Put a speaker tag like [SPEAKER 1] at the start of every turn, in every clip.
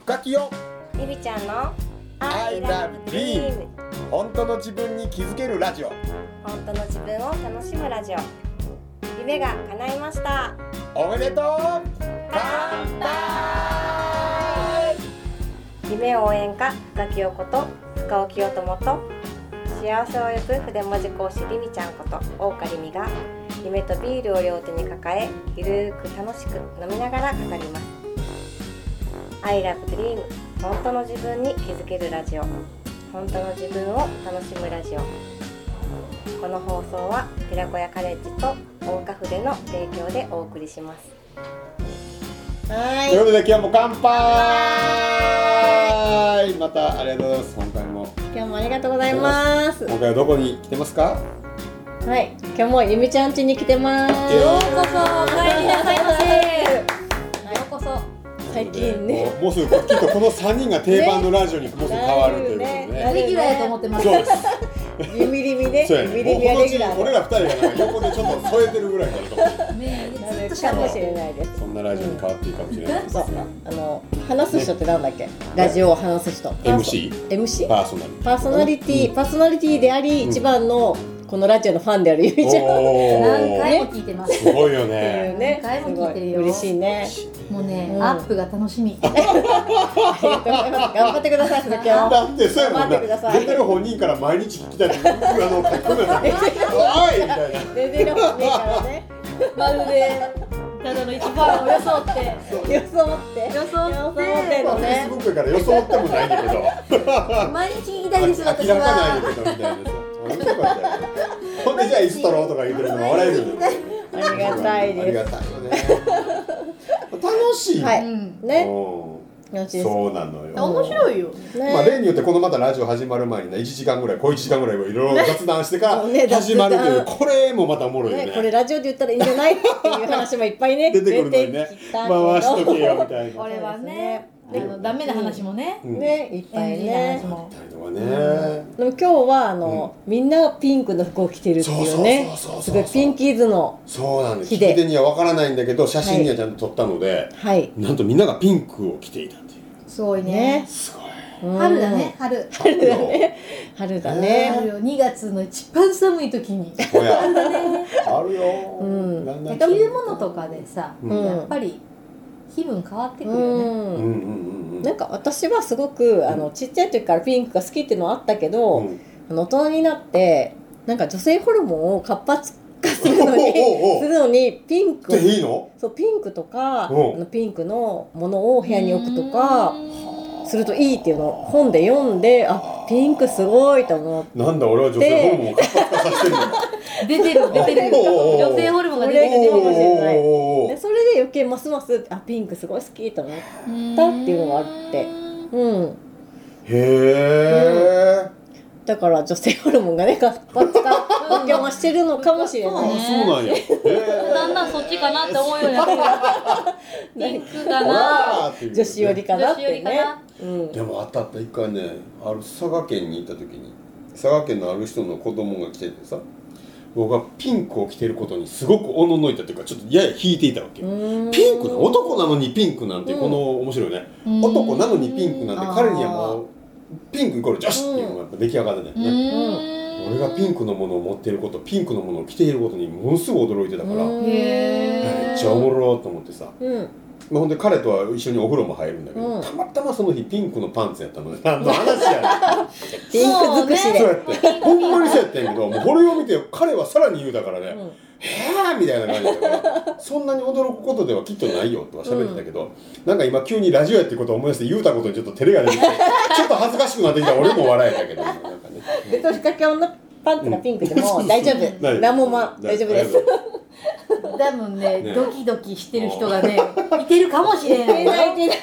[SPEAKER 1] 深きよ
[SPEAKER 2] ゆりちゃんの
[SPEAKER 1] I love dream 本当の自分に気づけるラジオ
[SPEAKER 2] 本当の自分を楽しむラジオ夢が叶いました
[SPEAKER 1] おめでとう乾杯
[SPEAKER 2] 夢応援歌深木陽子と深尾清友と幸せを呼ぶ筆文字講師りみちゃんこと大岡りみが夢とビールを両手に抱えゆるーく楽しく飲みながら語ります I love dream 本当の自分に気づけるラジオ本当の自分を楽しむラジオこの放送は寺子屋カレッジと大岡筆の提供でお送りします
[SPEAKER 1] ということで今日も乾杯またありがとうございます今回も
[SPEAKER 3] 今日もありがとうございます。
[SPEAKER 1] 今回はどこに来てますか
[SPEAKER 3] はい、今日もゆみちゃん家に来てます。
[SPEAKER 1] ようこ
[SPEAKER 3] そお帰りなさいませ。
[SPEAKER 2] ようこそ
[SPEAKER 3] 最近ね
[SPEAKER 1] もうもうすぐきっとこの三人が定番のラジオにもうすぐ変わるということでね
[SPEAKER 3] ね
[SPEAKER 4] レギュラーやと思ってます。
[SPEAKER 1] そうです
[SPEAKER 3] ゆみりみね、
[SPEAKER 1] そうや
[SPEAKER 3] ゆみりみ
[SPEAKER 1] ね
[SPEAKER 3] は
[SPEAKER 1] もうこのう
[SPEAKER 3] レ ギ
[SPEAKER 1] ち
[SPEAKER 3] ュラー
[SPEAKER 1] 俺
[SPEAKER 3] で。
[SPEAKER 1] ら二人がなんか横でちょっと添えてるぐらいになると思う
[SPEAKER 4] ねえ、ずっとしゃ
[SPEAKER 3] か
[SPEAKER 4] べ
[SPEAKER 3] も
[SPEAKER 4] っ
[SPEAKER 3] し
[SPEAKER 4] て
[SPEAKER 3] れないです。
[SPEAKER 1] そんなラジオに変わっていいかもしれないです
[SPEAKER 3] そう
[SPEAKER 1] ね、
[SPEAKER 3] あの話す人ってなんだっけ？ラジオを話す人。
[SPEAKER 1] MC
[SPEAKER 3] MC？
[SPEAKER 1] パーソナル
[SPEAKER 3] パーソナリティ、パーソナリティであり、一番のこのラジオのファンであるゆみちゃんっ
[SPEAKER 1] お
[SPEAKER 4] 何
[SPEAKER 1] ー
[SPEAKER 4] 回も聞いてます。
[SPEAKER 1] すごいよ
[SPEAKER 3] てい
[SPEAKER 1] ね
[SPEAKER 3] うね、
[SPEAKER 4] 何
[SPEAKER 3] す
[SPEAKER 4] 回も
[SPEAKER 3] ご
[SPEAKER 4] 聞いてる
[SPEAKER 3] い
[SPEAKER 4] よ
[SPEAKER 3] 嬉しいね。
[SPEAKER 4] もうね、
[SPEAKER 3] うん
[SPEAKER 4] アップが楽しみ。
[SPEAKER 3] ありがとうございます頑張ってください鈴木を。
[SPEAKER 1] だってそうやもん
[SPEAKER 3] 待ってくだ
[SPEAKER 1] な
[SPEAKER 3] さい
[SPEAKER 1] 出てる本人から毎日聞きたいってあの書き込めたのおいみたいな
[SPEAKER 3] 全然良くねえから ね。
[SPEAKER 4] まるで、ただの一番を装って。
[SPEAKER 3] 予想って。
[SPEAKER 4] 予想
[SPEAKER 3] っ
[SPEAKER 4] っ
[SPEAKER 3] て
[SPEAKER 4] て
[SPEAKER 3] んの
[SPEAKER 1] フェイス
[SPEAKER 3] ね
[SPEAKER 1] ブ。ックから装ってもないんだけど
[SPEAKER 4] 毎日聞きたいです
[SPEAKER 1] 明
[SPEAKER 4] 私
[SPEAKER 1] らかないん
[SPEAKER 4] は
[SPEAKER 1] だけどみたいなさ面白かったよねほんでじゃあ椅子取ろうとか言ってるのも笑えるよね
[SPEAKER 3] ありがたい
[SPEAKER 1] あり
[SPEAKER 3] で
[SPEAKER 1] がたいよね楽しい
[SPEAKER 3] は
[SPEAKER 4] う
[SPEAKER 3] い
[SPEAKER 4] ん
[SPEAKER 3] す。ね。
[SPEAKER 1] う
[SPEAKER 3] 楽しい
[SPEAKER 1] ん
[SPEAKER 3] です。
[SPEAKER 1] そうなのよ
[SPEAKER 4] 面白いよ
[SPEAKER 3] ね
[SPEAKER 1] まあ、例によってこのまたラジオ始まる前にね1時間ぐらい小1時間ぐらいいろいろ雑談してか
[SPEAKER 3] ね
[SPEAKER 1] ら始まるという
[SPEAKER 3] 雑
[SPEAKER 1] これもまたおもろいよね
[SPEAKER 3] ね、これラジオで言ったらいいんじゃないっていう話もいっぱい ね
[SPEAKER 1] 出てくるのにね
[SPEAKER 3] 出てきたけど
[SPEAKER 1] 回しとけよみたいな
[SPEAKER 4] こ。れはね
[SPEAKER 1] そうですね
[SPEAKER 4] あのダメな話もね、
[SPEAKER 1] うん
[SPEAKER 3] ねいっぱい
[SPEAKER 4] NG な
[SPEAKER 3] ね
[SPEAKER 4] 話も
[SPEAKER 1] みたいのがね、
[SPEAKER 3] でも今日はあの、みんなピンクの服を着てるっていうね
[SPEAKER 1] そうそうそうそうそう
[SPEAKER 3] すごいピンキーズの
[SPEAKER 1] そうなんです
[SPEAKER 3] 火
[SPEAKER 1] 聞き
[SPEAKER 3] で
[SPEAKER 1] 手には分からないんだけど写真にはちゃんと撮ったので、
[SPEAKER 3] はい
[SPEAKER 1] なんとみんながピンクを着ていたっていう
[SPEAKER 4] すごい
[SPEAKER 3] ね
[SPEAKER 4] ね
[SPEAKER 1] すごい
[SPEAKER 3] うん
[SPEAKER 4] 春だね春
[SPEAKER 1] 春だね
[SPEAKER 3] 春だね
[SPEAKER 4] 春よ2月の一番寒い時に
[SPEAKER 1] ほやあるよ、
[SPEAKER 3] うん
[SPEAKER 1] だんだん
[SPEAKER 4] 着るものとかでさ、
[SPEAKER 1] うん
[SPEAKER 4] やっぱり気分変わってく
[SPEAKER 3] う
[SPEAKER 4] るよね、
[SPEAKER 1] うんう
[SPEAKER 3] ん
[SPEAKER 1] んうんうん
[SPEAKER 3] なんか私はすごくあのちっちゃい時からピンクが好きっていうのはあったけど、
[SPEAKER 1] うん
[SPEAKER 3] あの大人になってなんか女性ホルモンを活発化するのに
[SPEAKER 1] おうおうおう
[SPEAKER 3] するのにピンクを
[SPEAKER 1] でいいの
[SPEAKER 3] そうピンクとかあ
[SPEAKER 1] うん
[SPEAKER 3] のピンクのものを部屋に置くとかするといいっていうのを本で読んであピンクすごいと思って
[SPEAKER 1] なんだ俺は女性ホルモンを活発化させてるのか
[SPEAKER 4] 出て る出てる
[SPEAKER 1] おー
[SPEAKER 4] 女性ホルモンが出てくる
[SPEAKER 3] かもしれない
[SPEAKER 1] おーおーおーおー
[SPEAKER 3] でそれで余計ますますあピンクすごい好きと思ってっていうのがあってうん
[SPEAKER 1] へえ、
[SPEAKER 3] だから女性ホルモンがね活発化
[SPEAKER 4] うん
[SPEAKER 3] 発狂はしてるのかもしれ
[SPEAKER 1] あ
[SPEAKER 3] な
[SPEAKER 1] あ
[SPEAKER 3] い、
[SPEAKER 4] ね
[SPEAKER 1] そうなんやへ
[SPEAKER 4] だ
[SPEAKER 1] え
[SPEAKER 4] んだんそっちかなって思うようになって るピンクかな
[SPEAKER 3] 女子寄りかなって
[SPEAKER 4] 女子寄り
[SPEAKER 3] ね
[SPEAKER 4] か
[SPEAKER 3] うん
[SPEAKER 1] でもあったあった一回ねある佐賀県に行った時に佐賀県のある人の子供が来ててさ僕はピンクを着てることにすごくおののいたというかちょっとやや引いていたわけ
[SPEAKER 3] うーん
[SPEAKER 1] ピンクの男なのにピンクなんて
[SPEAKER 3] うん
[SPEAKER 1] この面白いね、
[SPEAKER 4] うん
[SPEAKER 1] 男なのにピンクなんて
[SPEAKER 4] うん
[SPEAKER 1] 彼にはもうピンクイコール女子っていうのがやっぱ出来上がってたよね、
[SPEAKER 4] ん
[SPEAKER 1] 俺がピンクのものを持っていることピンクのものを着ていることにものすごい驚いてたから、
[SPEAKER 3] うん
[SPEAKER 4] へー
[SPEAKER 1] めっちゃおもろーと思ってさ
[SPEAKER 3] うん
[SPEAKER 1] まあ、ほんで彼とは一緒にお風呂も入るんだけど、
[SPEAKER 3] うん
[SPEAKER 1] たまたまその日ピンクのパンツやったのね何の話や
[SPEAKER 3] ピンク尽く
[SPEAKER 1] ね
[SPEAKER 3] し
[SPEAKER 1] んそう
[SPEAKER 3] で
[SPEAKER 1] やってほんまにそうやってんけどもうこれを見て彼はさらに言うだからね「
[SPEAKER 3] う
[SPEAKER 1] へ
[SPEAKER 3] ん
[SPEAKER 1] え」みたいな感じだからそんなに驚くことではきっとないよとは喋ってたけど、なんか今急にラジオやってことを思い出して言うたことにちょっと照れが出てきてちょっと恥ずかしくなってきた俺も笑えたけどなんか
[SPEAKER 3] で
[SPEAKER 1] ね
[SPEAKER 3] とりかけ女パンツがピンクで
[SPEAKER 1] うんそうそうそ
[SPEAKER 3] も
[SPEAKER 1] う
[SPEAKER 3] 大丈夫
[SPEAKER 1] ない
[SPEAKER 3] 何もま大丈夫です
[SPEAKER 4] 多分ね
[SPEAKER 1] ね
[SPEAKER 4] ドキドキしてる人がねいてるかもしれない
[SPEAKER 3] 泣いてない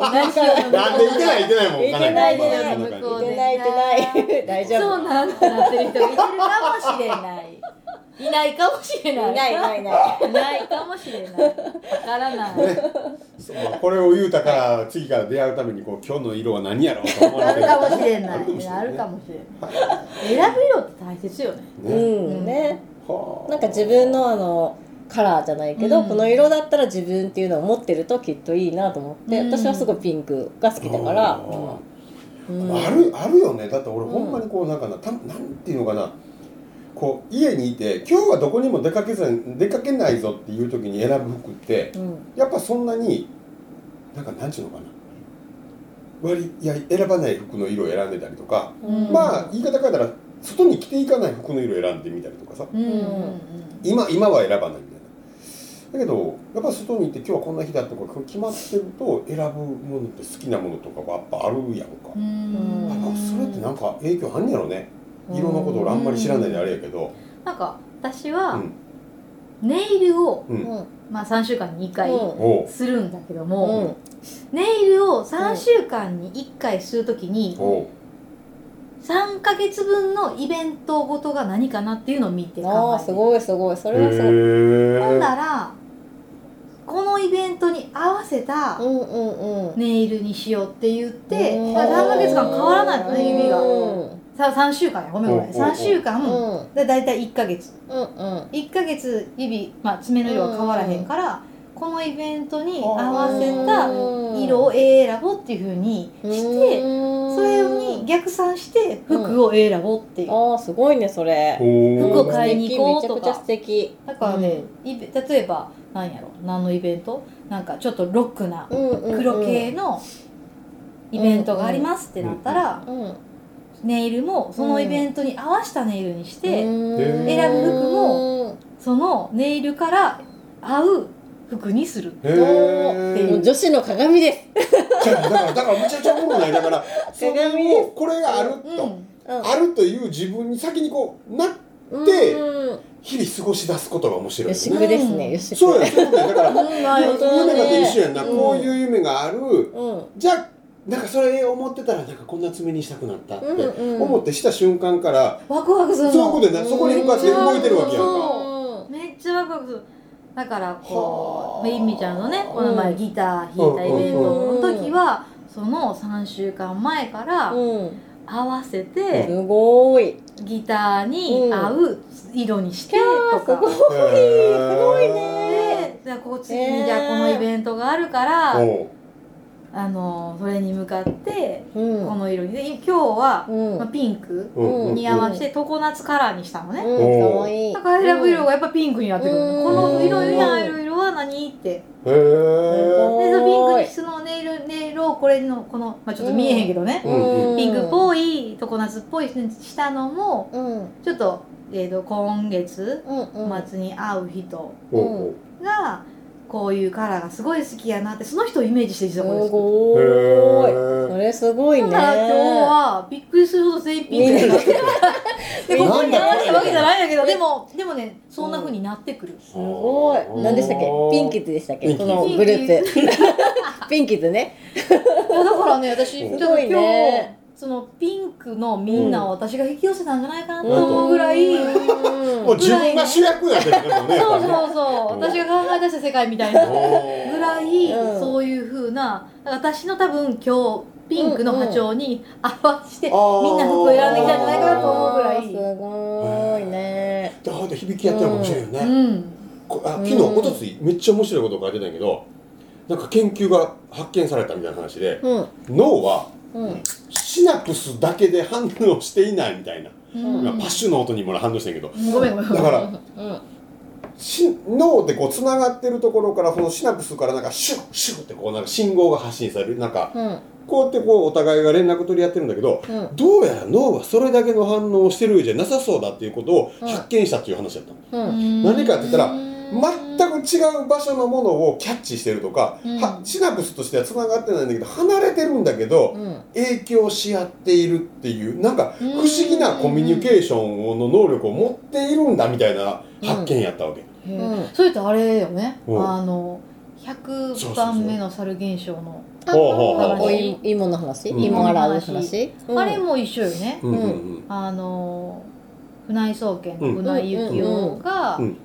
[SPEAKER 4] 何しよう
[SPEAKER 1] なんでいてないいてないもんか
[SPEAKER 3] いてない
[SPEAKER 1] まあそんな感じ
[SPEAKER 4] 向こう
[SPEAKER 3] 出ない出ない大丈
[SPEAKER 4] そう
[SPEAKER 3] 夫
[SPEAKER 4] なんてなってる人がいてるかもしれない いないかもしれない
[SPEAKER 3] いないいないいない
[SPEAKER 4] いないかもしれないわからない、
[SPEAKER 1] そうまあこれを言うたから次から出会うためにこう今日の色は何やろうと思わ
[SPEAKER 4] あ
[SPEAKER 1] れ
[SPEAKER 4] る
[SPEAKER 1] て
[SPEAKER 4] かもしれな
[SPEAKER 1] あるかもしれ
[SPEAKER 4] い
[SPEAKER 1] ない
[SPEAKER 4] あるかもしれない選ぶ色って大切よね
[SPEAKER 3] うんね
[SPEAKER 1] はあ
[SPEAKER 3] なんか自分のあのカラーじゃないけど、
[SPEAKER 4] うん
[SPEAKER 3] この色だったら自分っていうのを持ってるときっといいなと思って、
[SPEAKER 4] うん
[SPEAKER 3] 私はすごいピンクが好きだから、
[SPEAKER 1] あ
[SPEAKER 3] うん
[SPEAKER 1] ーあるあるよねだって俺ほんまにこうなんかなたなんていうのかなこう家にいて今日はどこにも出かけず出かけないぞっていう時に選ぶ服って
[SPEAKER 3] うん
[SPEAKER 1] やっぱそんなになんかなんちゅうのかな割いや選ばない服の色を選んでたりとか、
[SPEAKER 4] うん
[SPEAKER 1] まあ言い方変えたら外に着ていかない服の色を選んでみたりとかさ
[SPEAKER 4] うんうん
[SPEAKER 1] 今今は選ばないみたいなだけどやっぱ外に行って今日はこんな日だとか決まってると選ぶものって好きなものとかがやっぱあるやんか、
[SPEAKER 4] うんうん
[SPEAKER 1] あなんかそれってなんか影響あんねやろね
[SPEAKER 3] うん
[SPEAKER 1] 色のこと俺あんまり知らないであれやけど、
[SPEAKER 4] なんか私
[SPEAKER 1] う
[SPEAKER 4] は
[SPEAKER 1] ん
[SPEAKER 4] ネイルを、
[SPEAKER 1] うん
[SPEAKER 4] まあ、3週間に2回
[SPEAKER 3] うん
[SPEAKER 1] おう
[SPEAKER 4] するんだけど
[SPEAKER 3] う
[SPEAKER 4] も、
[SPEAKER 3] ん
[SPEAKER 4] ネイルを3週間に1回するときに
[SPEAKER 1] おう
[SPEAKER 4] 3ヶ月分のイベントごとが何かなっていうのを見て
[SPEAKER 3] あ
[SPEAKER 4] 考
[SPEAKER 3] あ
[SPEAKER 4] え
[SPEAKER 3] す
[SPEAKER 4] て
[SPEAKER 3] ごいすごいそれはすごい
[SPEAKER 4] ほんな
[SPEAKER 1] へ
[SPEAKER 4] らこのイベントに合わせた
[SPEAKER 3] うんうんうん
[SPEAKER 4] ネイルにしようって言って、
[SPEAKER 3] うん
[SPEAKER 4] まあ、3ヶ月間変わらないのね指が
[SPEAKER 3] うん
[SPEAKER 4] さ3週間やごめんごめん
[SPEAKER 1] おうおうおう
[SPEAKER 4] 3週
[SPEAKER 3] う
[SPEAKER 4] 間
[SPEAKER 3] ん
[SPEAKER 4] で大体1ヶ月
[SPEAKER 3] うんうん
[SPEAKER 4] 1ヶ月指、まあ、爪の色は変わらへんから、このイベントに合わせた色を選ぼうっていうふうにして、それに逆算して服を選ぼうっていう、
[SPEAKER 3] ああすごいねそれ
[SPEAKER 1] えお
[SPEAKER 4] 服を
[SPEAKER 1] お
[SPEAKER 4] 買いに行こうと
[SPEAKER 3] め
[SPEAKER 4] か
[SPEAKER 3] ちゃくちゃ素敵
[SPEAKER 4] だからね、イベ例えば何やろ何のイベントなんかちょっとロックな黒系のイベントがありますってなったら、ネイルもそのイベントに合わせたネイルにして、
[SPEAKER 1] 選
[SPEAKER 4] ぶ服
[SPEAKER 3] も
[SPEAKER 4] そのネイルから合う服にする。
[SPEAKER 1] へ
[SPEAKER 4] ってい
[SPEAKER 1] え
[SPEAKER 4] う
[SPEAKER 3] 女子の鏡です
[SPEAKER 1] だからだからめちゃくちゃおもろないだ からそれ
[SPEAKER 3] 鏡です
[SPEAKER 1] をこれがある
[SPEAKER 4] う
[SPEAKER 1] と、
[SPEAKER 4] ん
[SPEAKER 1] あるという自分に先にこうな
[SPEAKER 3] うん
[SPEAKER 1] で
[SPEAKER 3] うん
[SPEAKER 1] 日々過ごし出すことが面白い
[SPEAKER 3] よ
[SPEAKER 1] よ
[SPEAKER 3] し
[SPEAKER 1] ね
[SPEAKER 3] くですねよしく
[SPEAKER 1] そうやそうやだから
[SPEAKER 3] 本当だね
[SPEAKER 1] 夢なんて一緒やんな、
[SPEAKER 3] うん
[SPEAKER 1] こういう夢がある
[SPEAKER 3] うん
[SPEAKER 1] じゃあなんかそれ思ってたらなんかこんな爪にしたくなったって
[SPEAKER 3] うんうん
[SPEAKER 1] 思ってした瞬間から、
[SPEAKER 4] ワクワクするの
[SPEAKER 1] そういうことでなそこに向かって動いてるわけやんか。
[SPEAKER 3] か
[SPEAKER 4] めっちゃワクワクするだから
[SPEAKER 1] は
[SPEAKER 4] こ
[SPEAKER 1] あ
[SPEAKER 4] うりみちゃんのねこの前ギター弾いたイベントの時はその3週間前から
[SPEAKER 3] うん
[SPEAKER 4] 合わせて
[SPEAKER 3] すごい
[SPEAKER 4] ギターに合う色にしてと
[SPEAKER 3] す
[SPEAKER 4] か
[SPEAKER 3] ごい
[SPEAKER 1] へー
[SPEAKER 3] すごいね
[SPEAKER 4] でじゃあこう次にじゃあこのイベントがあるから
[SPEAKER 1] おう
[SPEAKER 4] あのそれに向かって
[SPEAKER 3] うん
[SPEAKER 4] この色にで今日は
[SPEAKER 3] うん
[SPEAKER 4] まあピンク
[SPEAKER 1] うんうん
[SPEAKER 3] うん
[SPEAKER 4] に合わせて常夏カラーにしたのね
[SPEAKER 3] うんかわいい
[SPEAKER 4] だから選ぶ色がやっぱピンクになってくる
[SPEAKER 3] うん
[SPEAKER 4] のこの色に合う色は何って
[SPEAKER 1] へー
[SPEAKER 4] でそのピンクに
[SPEAKER 3] す
[SPEAKER 4] そのネイルネイルをこれのこの、まあ、ちょっと見えへんけどね、
[SPEAKER 1] ごい
[SPEAKER 3] うん
[SPEAKER 4] ピンクっぽい常夏っぽいしたのも
[SPEAKER 3] うん
[SPEAKER 4] ちょっと,、えー、と今月
[SPEAKER 3] うんうん
[SPEAKER 4] 末に会う人
[SPEAKER 1] おう
[SPEAKER 4] がこういうカラーがすごい好きやなってその人をイメージして実
[SPEAKER 3] す
[SPEAKER 4] はこれでする。
[SPEAKER 1] おう
[SPEAKER 3] ご
[SPEAKER 1] へ
[SPEAKER 3] い
[SPEAKER 1] ー
[SPEAKER 3] それすごい
[SPEAKER 4] だ
[SPEAKER 3] ね
[SPEAKER 4] から今日はびっくりするほど全員ピンクになってるでここに合わせるわけじゃないんだけどでもでもねそんな風になってくる。
[SPEAKER 3] すごい何でしたっけピンキッズでしたっ
[SPEAKER 1] ピ
[SPEAKER 3] け
[SPEAKER 1] ンキ
[SPEAKER 3] こ
[SPEAKER 1] ッ
[SPEAKER 3] の
[SPEAKER 4] ズ
[SPEAKER 3] グループピンキッズね
[SPEAKER 4] いやだからね私ちょっと
[SPEAKER 3] すご
[SPEAKER 4] 今
[SPEAKER 3] い
[SPEAKER 4] 日、
[SPEAKER 3] ね
[SPEAKER 4] そのピンクのみんなを私が引き寄せたんじゃないかな
[SPEAKER 1] うん
[SPEAKER 4] と思うぐらい、
[SPEAKER 3] うん
[SPEAKER 1] もう自分が主役になってるけどね
[SPEAKER 4] そう
[SPEAKER 1] やっ
[SPEAKER 4] そうそう
[SPEAKER 1] うん
[SPEAKER 4] 私が考え出した世界みたいな
[SPEAKER 1] ぱり
[SPEAKER 4] ぐ
[SPEAKER 1] ね
[SPEAKER 4] らい、
[SPEAKER 3] うん
[SPEAKER 4] そういうふうな私の多分今日ピンクの波長に合わせて、
[SPEAKER 1] あー
[SPEAKER 4] みんな服を選んできたんじゃないかなと思うぐらい。
[SPEAKER 3] すごいね
[SPEAKER 1] だから響きやってるかもしれんよね、
[SPEAKER 4] うん、
[SPEAKER 1] こあ
[SPEAKER 3] うん
[SPEAKER 1] 昨日おとついめっちゃ面白いこと書いてたんやけどなんか研究が発見されたみたいな話で
[SPEAKER 3] うん
[SPEAKER 1] 脳は
[SPEAKER 3] うん
[SPEAKER 1] シナプスだけで反応していないみたいな、
[SPEAKER 4] うん
[SPEAKER 1] 今パッシュの音にも反応してんけど
[SPEAKER 4] ごめんごめん
[SPEAKER 1] だから
[SPEAKER 3] うん
[SPEAKER 1] し脳でこうつながってるところからこのシナプスからなんかシュッシュッってこうなんか信号が発信されるなんか
[SPEAKER 3] うん
[SPEAKER 1] こうやってこうお互いが連絡取り合ってるんだけど
[SPEAKER 3] うん
[SPEAKER 1] どうやら脳はそれだけの反応をしてるようじゃなさそうだっていうことを発見したっていう話だったの、
[SPEAKER 3] うん
[SPEAKER 1] 何かって言ったら
[SPEAKER 4] く
[SPEAKER 1] 全く違う場所のものをキャッチしてるとか、
[SPEAKER 4] うん
[SPEAKER 1] はシナプスとしてはつながってないんだけど離れてるんだけど、
[SPEAKER 3] うん
[SPEAKER 1] 影響し合っているっていうなんか不思議なコミュニケーションの能力を持っているんだみたいな発見やったわけ、
[SPEAKER 3] うん
[SPEAKER 4] それとあれよね、
[SPEAKER 1] うん
[SPEAKER 4] あの100番目の猿現象の
[SPEAKER 3] あ
[SPEAKER 1] ほうほうほう
[SPEAKER 3] おい芋の話
[SPEAKER 1] うん
[SPEAKER 3] 芋洗う話
[SPEAKER 4] あれも一緒よね、
[SPEAKER 1] うんうん
[SPEAKER 4] あの船井総研の船井幸雄が
[SPEAKER 1] うんうん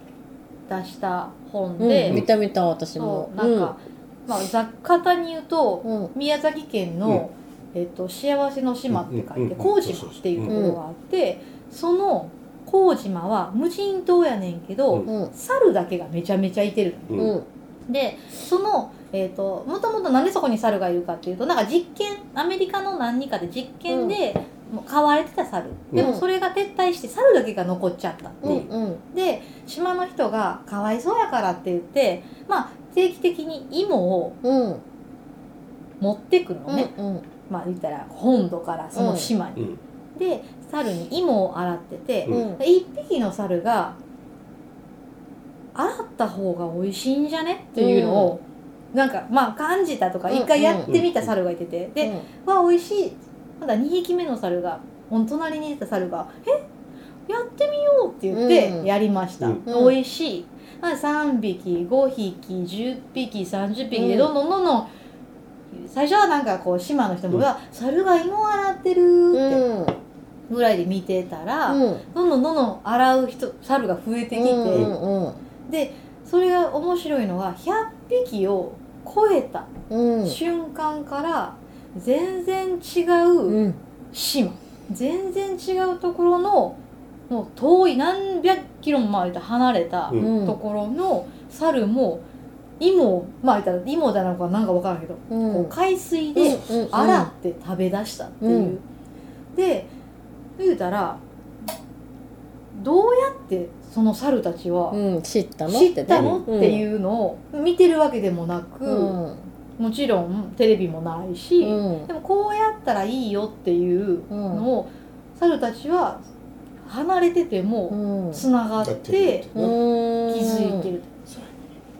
[SPEAKER 4] 出した本
[SPEAKER 3] うん
[SPEAKER 4] で、
[SPEAKER 3] 見た見た私
[SPEAKER 4] そ
[SPEAKER 3] も
[SPEAKER 4] うなんか、まあ、ざっ方に言うと
[SPEAKER 3] うんうん
[SPEAKER 4] 宮崎県の、えっと幸せの島って書いて
[SPEAKER 1] うんうんうん
[SPEAKER 4] 幸島っていうところがあってその朴島は無人島やねんけど、
[SPEAKER 1] うん
[SPEAKER 3] うん
[SPEAKER 4] 猿だけがめちゃめちゃいてる
[SPEAKER 1] う
[SPEAKER 3] うんん
[SPEAKER 4] でそのえー、ともともとなんでそこに猿がいるかっていうとなんか実験アメリカの何人かで実験で、もう飼われてた猿でもそれが撤退して猿だけが残っちゃった、
[SPEAKER 3] うんうん
[SPEAKER 4] で島の人がかわいそうやからって言ってまあ定期的に芋を
[SPEAKER 3] うん
[SPEAKER 4] 持ってくのね、
[SPEAKER 3] うん
[SPEAKER 4] まあ言ったら本土からその島に、
[SPEAKER 1] うん
[SPEAKER 4] で猿に芋を洗ってて、
[SPEAKER 1] うん
[SPEAKER 3] うん
[SPEAKER 4] で一匹の猿が洗った方が美味しいんじゃねっていうのを、なんかまあ感じたとか
[SPEAKER 3] うん
[SPEAKER 4] 一回やってみた猿がいてて、で、わ美味しいまだ2匹目の猿がお隣にいた猿が「えやってみよう」って言っ
[SPEAKER 3] うん
[SPEAKER 4] てやりました、
[SPEAKER 3] うん
[SPEAKER 4] 美味しいまあ3匹5匹10匹30匹
[SPEAKER 3] う
[SPEAKER 4] で
[SPEAKER 3] ん
[SPEAKER 4] どんどんどんどん最初はなんかこう島の人も
[SPEAKER 1] う
[SPEAKER 4] 「うんわ猿が芋洗ってる」って
[SPEAKER 3] うん
[SPEAKER 4] ぐらいで見てたら、
[SPEAKER 3] うん
[SPEAKER 4] どんどんどんどん洗う人猿が増えてきて、
[SPEAKER 3] うん
[SPEAKER 4] でそれが面白いのが100匹を超えた
[SPEAKER 3] うん
[SPEAKER 4] 瞬間から全然違
[SPEAKER 3] う
[SPEAKER 4] ううん島、全然違うところのもう遠い何百キロもまあ言ったら離れた
[SPEAKER 1] うん
[SPEAKER 3] うん
[SPEAKER 4] ところの猿も芋をまあ言ったら芋だのかなんか分からんけど、こう海水で洗って食べ出したっていう、
[SPEAKER 3] うん
[SPEAKER 4] で言うたらどうやってその猿たちは
[SPEAKER 3] うん知ったの
[SPEAKER 4] 知ったのっ
[SPEAKER 3] うん
[SPEAKER 4] ていうのを見てるわけでもなく、
[SPEAKER 3] うん
[SPEAKER 4] もちろんテレビもないし、
[SPEAKER 3] うん
[SPEAKER 4] でもこうやったらいいよっていうのを、猿たちは離れてて
[SPEAKER 3] う
[SPEAKER 4] も
[SPEAKER 3] ん
[SPEAKER 4] つながっ
[SPEAKER 1] やって
[SPEAKER 4] て
[SPEAKER 1] るよね
[SPEAKER 4] 気づいてる。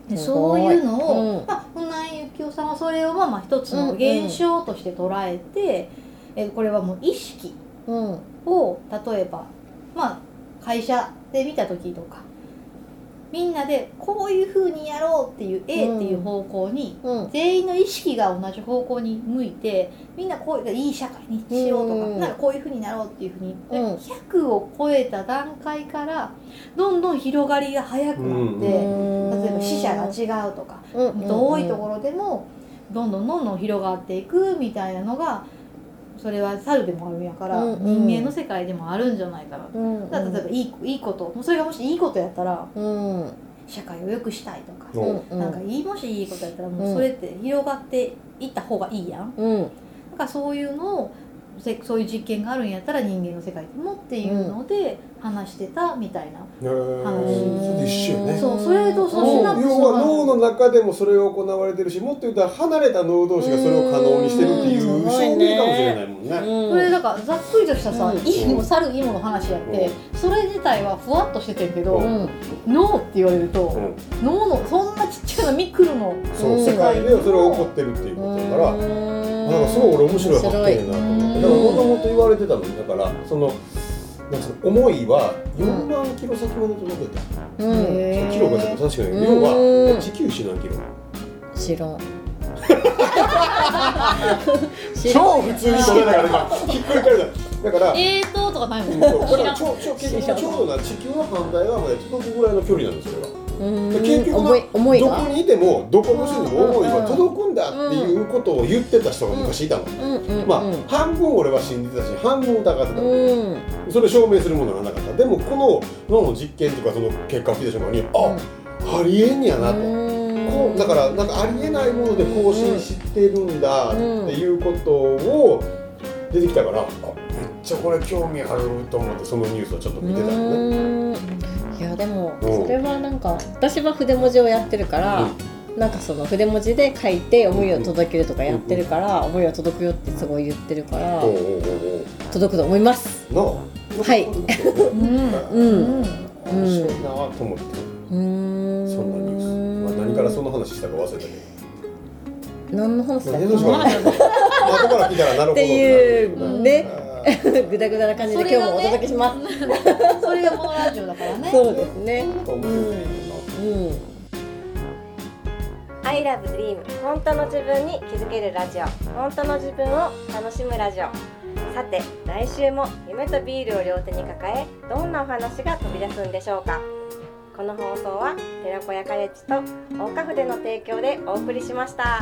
[SPEAKER 4] で
[SPEAKER 3] うん
[SPEAKER 4] そういうのを、
[SPEAKER 3] うん
[SPEAKER 4] まあ、船井幸雄さんはそれをまあまあ一つの現象として捉えて、えこれはもう意識
[SPEAKER 3] うん
[SPEAKER 4] を例えば、まあ、会社で見た時とかみんなでこういうふうにやろうっていう A っていう方向に、
[SPEAKER 3] うん
[SPEAKER 4] 全員の意識が同じ方向に向いてみんなこういういい社会にしようとか,、
[SPEAKER 3] うん
[SPEAKER 4] なんかこういうふうになろうっていうふうに、で
[SPEAKER 3] うん
[SPEAKER 4] 100を超えた段階からどんどん広がりが早くなって、例えば死者が違うとか、遠いところでもどんどんどんどん広がっていくみたいなのがそれは猿でもあるんやから、
[SPEAKER 3] うんうん
[SPEAKER 4] 人間の世界でもあるんじゃないかな、
[SPEAKER 3] ろうん
[SPEAKER 4] だから例えばいいいいこともうそれがもしいいことやったら
[SPEAKER 3] うん
[SPEAKER 4] 社会を良くしたいとか、
[SPEAKER 1] うん
[SPEAKER 4] なんかいいもしいいことやったらもうそれって広がっていった方がいいやん。
[SPEAKER 3] うん
[SPEAKER 4] なんかそういうのをせそういう実験があるんやったら人間の世界でもっていうので話してたみたいな、
[SPEAKER 1] へー
[SPEAKER 4] 話
[SPEAKER 1] それ一緒よね
[SPEAKER 4] そうそれとその
[SPEAKER 1] もう
[SPEAKER 4] シナプス
[SPEAKER 1] 要は脳の中でもそれが行われてるしもっと言うたら離れた脳同士がそれを可能にしてるっていう
[SPEAKER 3] うん
[SPEAKER 1] 証明かもしれないもんね。
[SPEAKER 4] それだからざっくりとしたさ、
[SPEAKER 3] うん
[SPEAKER 4] いいも猿いいもの話やって、それ自体はふわっとしててんけ
[SPEAKER 1] う
[SPEAKER 4] ど、
[SPEAKER 3] うん
[SPEAKER 4] 脳って言われる
[SPEAKER 1] う
[SPEAKER 4] と、
[SPEAKER 1] ん
[SPEAKER 4] 脳のそんなちっちゃなミクロの
[SPEAKER 1] そううん世界でそれが起こってるっていうことだから、なんかすごい俺面白い発見やなと思ってだからもともと言われてたのにだからそのなんかその思いは4万キロ先まで届けて、
[SPEAKER 3] うん
[SPEAKER 1] そのキロがちょっと確かに要
[SPEAKER 3] うん
[SPEAKER 1] は地球史何キロ
[SPEAKER 3] 知らん
[SPEAKER 1] 超普通に取れながら今ひっくり返るだから
[SPEAKER 4] えーととかないもんね
[SPEAKER 1] そうだ
[SPEAKER 4] 知
[SPEAKER 1] からら
[SPEAKER 4] ん
[SPEAKER 1] 超超結局ちょうどな地球の反対側まで届くぐらいの距離なんですよ。
[SPEAKER 3] うん
[SPEAKER 1] で結局
[SPEAKER 3] 思い思い
[SPEAKER 1] ど
[SPEAKER 3] が
[SPEAKER 1] こにいてもどこの人にも思いは届くんだっていうことを言ってた人が昔いたの。
[SPEAKER 3] うんうんうん
[SPEAKER 1] まあ半分俺は信じてたし半分疑ってた
[SPEAKER 3] う
[SPEAKER 1] の。
[SPEAKER 3] ん
[SPEAKER 1] それを証明するものがなかった。でもこの脳の実験とかその結果を聞いた瞬間にあありえんやなと。こうだからなんかありえないもので更新してるんだっていうことを出てきたからあめっちゃこれ興味あると思ってそのニュースをちょっと見てたのね。
[SPEAKER 3] うんいやでも
[SPEAKER 1] うん
[SPEAKER 3] それはなんか私は筆文字をやってるから、なんかその筆文字で書いて思いを届けるとかやってるから、思いは届くよってすごい言ってるから、
[SPEAKER 1] おうおうおうおう
[SPEAKER 3] 届くと思います
[SPEAKER 1] なあ
[SPEAKER 3] はい
[SPEAKER 1] うん
[SPEAKER 3] う
[SPEAKER 4] う
[SPEAKER 3] ん
[SPEAKER 4] んうん
[SPEAKER 1] 面白いなあと思って、
[SPEAKER 3] うーん
[SPEAKER 1] そんなニュース、まあ、何からその話したか忘れたけど
[SPEAKER 3] 何の話だっ
[SPEAKER 1] 何
[SPEAKER 3] け
[SPEAKER 1] の話か忘れ た後から聞いたらなるほど
[SPEAKER 3] っていう
[SPEAKER 1] なるほど
[SPEAKER 3] ね
[SPEAKER 1] あー
[SPEAKER 3] ぐだぐだな感じで今日もお届けします
[SPEAKER 4] す。 それがこのラジオだからね。
[SPEAKER 3] そうですね
[SPEAKER 1] 面白いな
[SPEAKER 3] うん
[SPEAKER 2] 「アイラブドリーム本当の自分に気づけるラジオ本当の自分を楽しむラジオさて来週も夢とビールを両手に抱えどんなお話が飛び出すんでしょうかこの放送は寺子屋カレッジと大花筆の提供でお送りしました。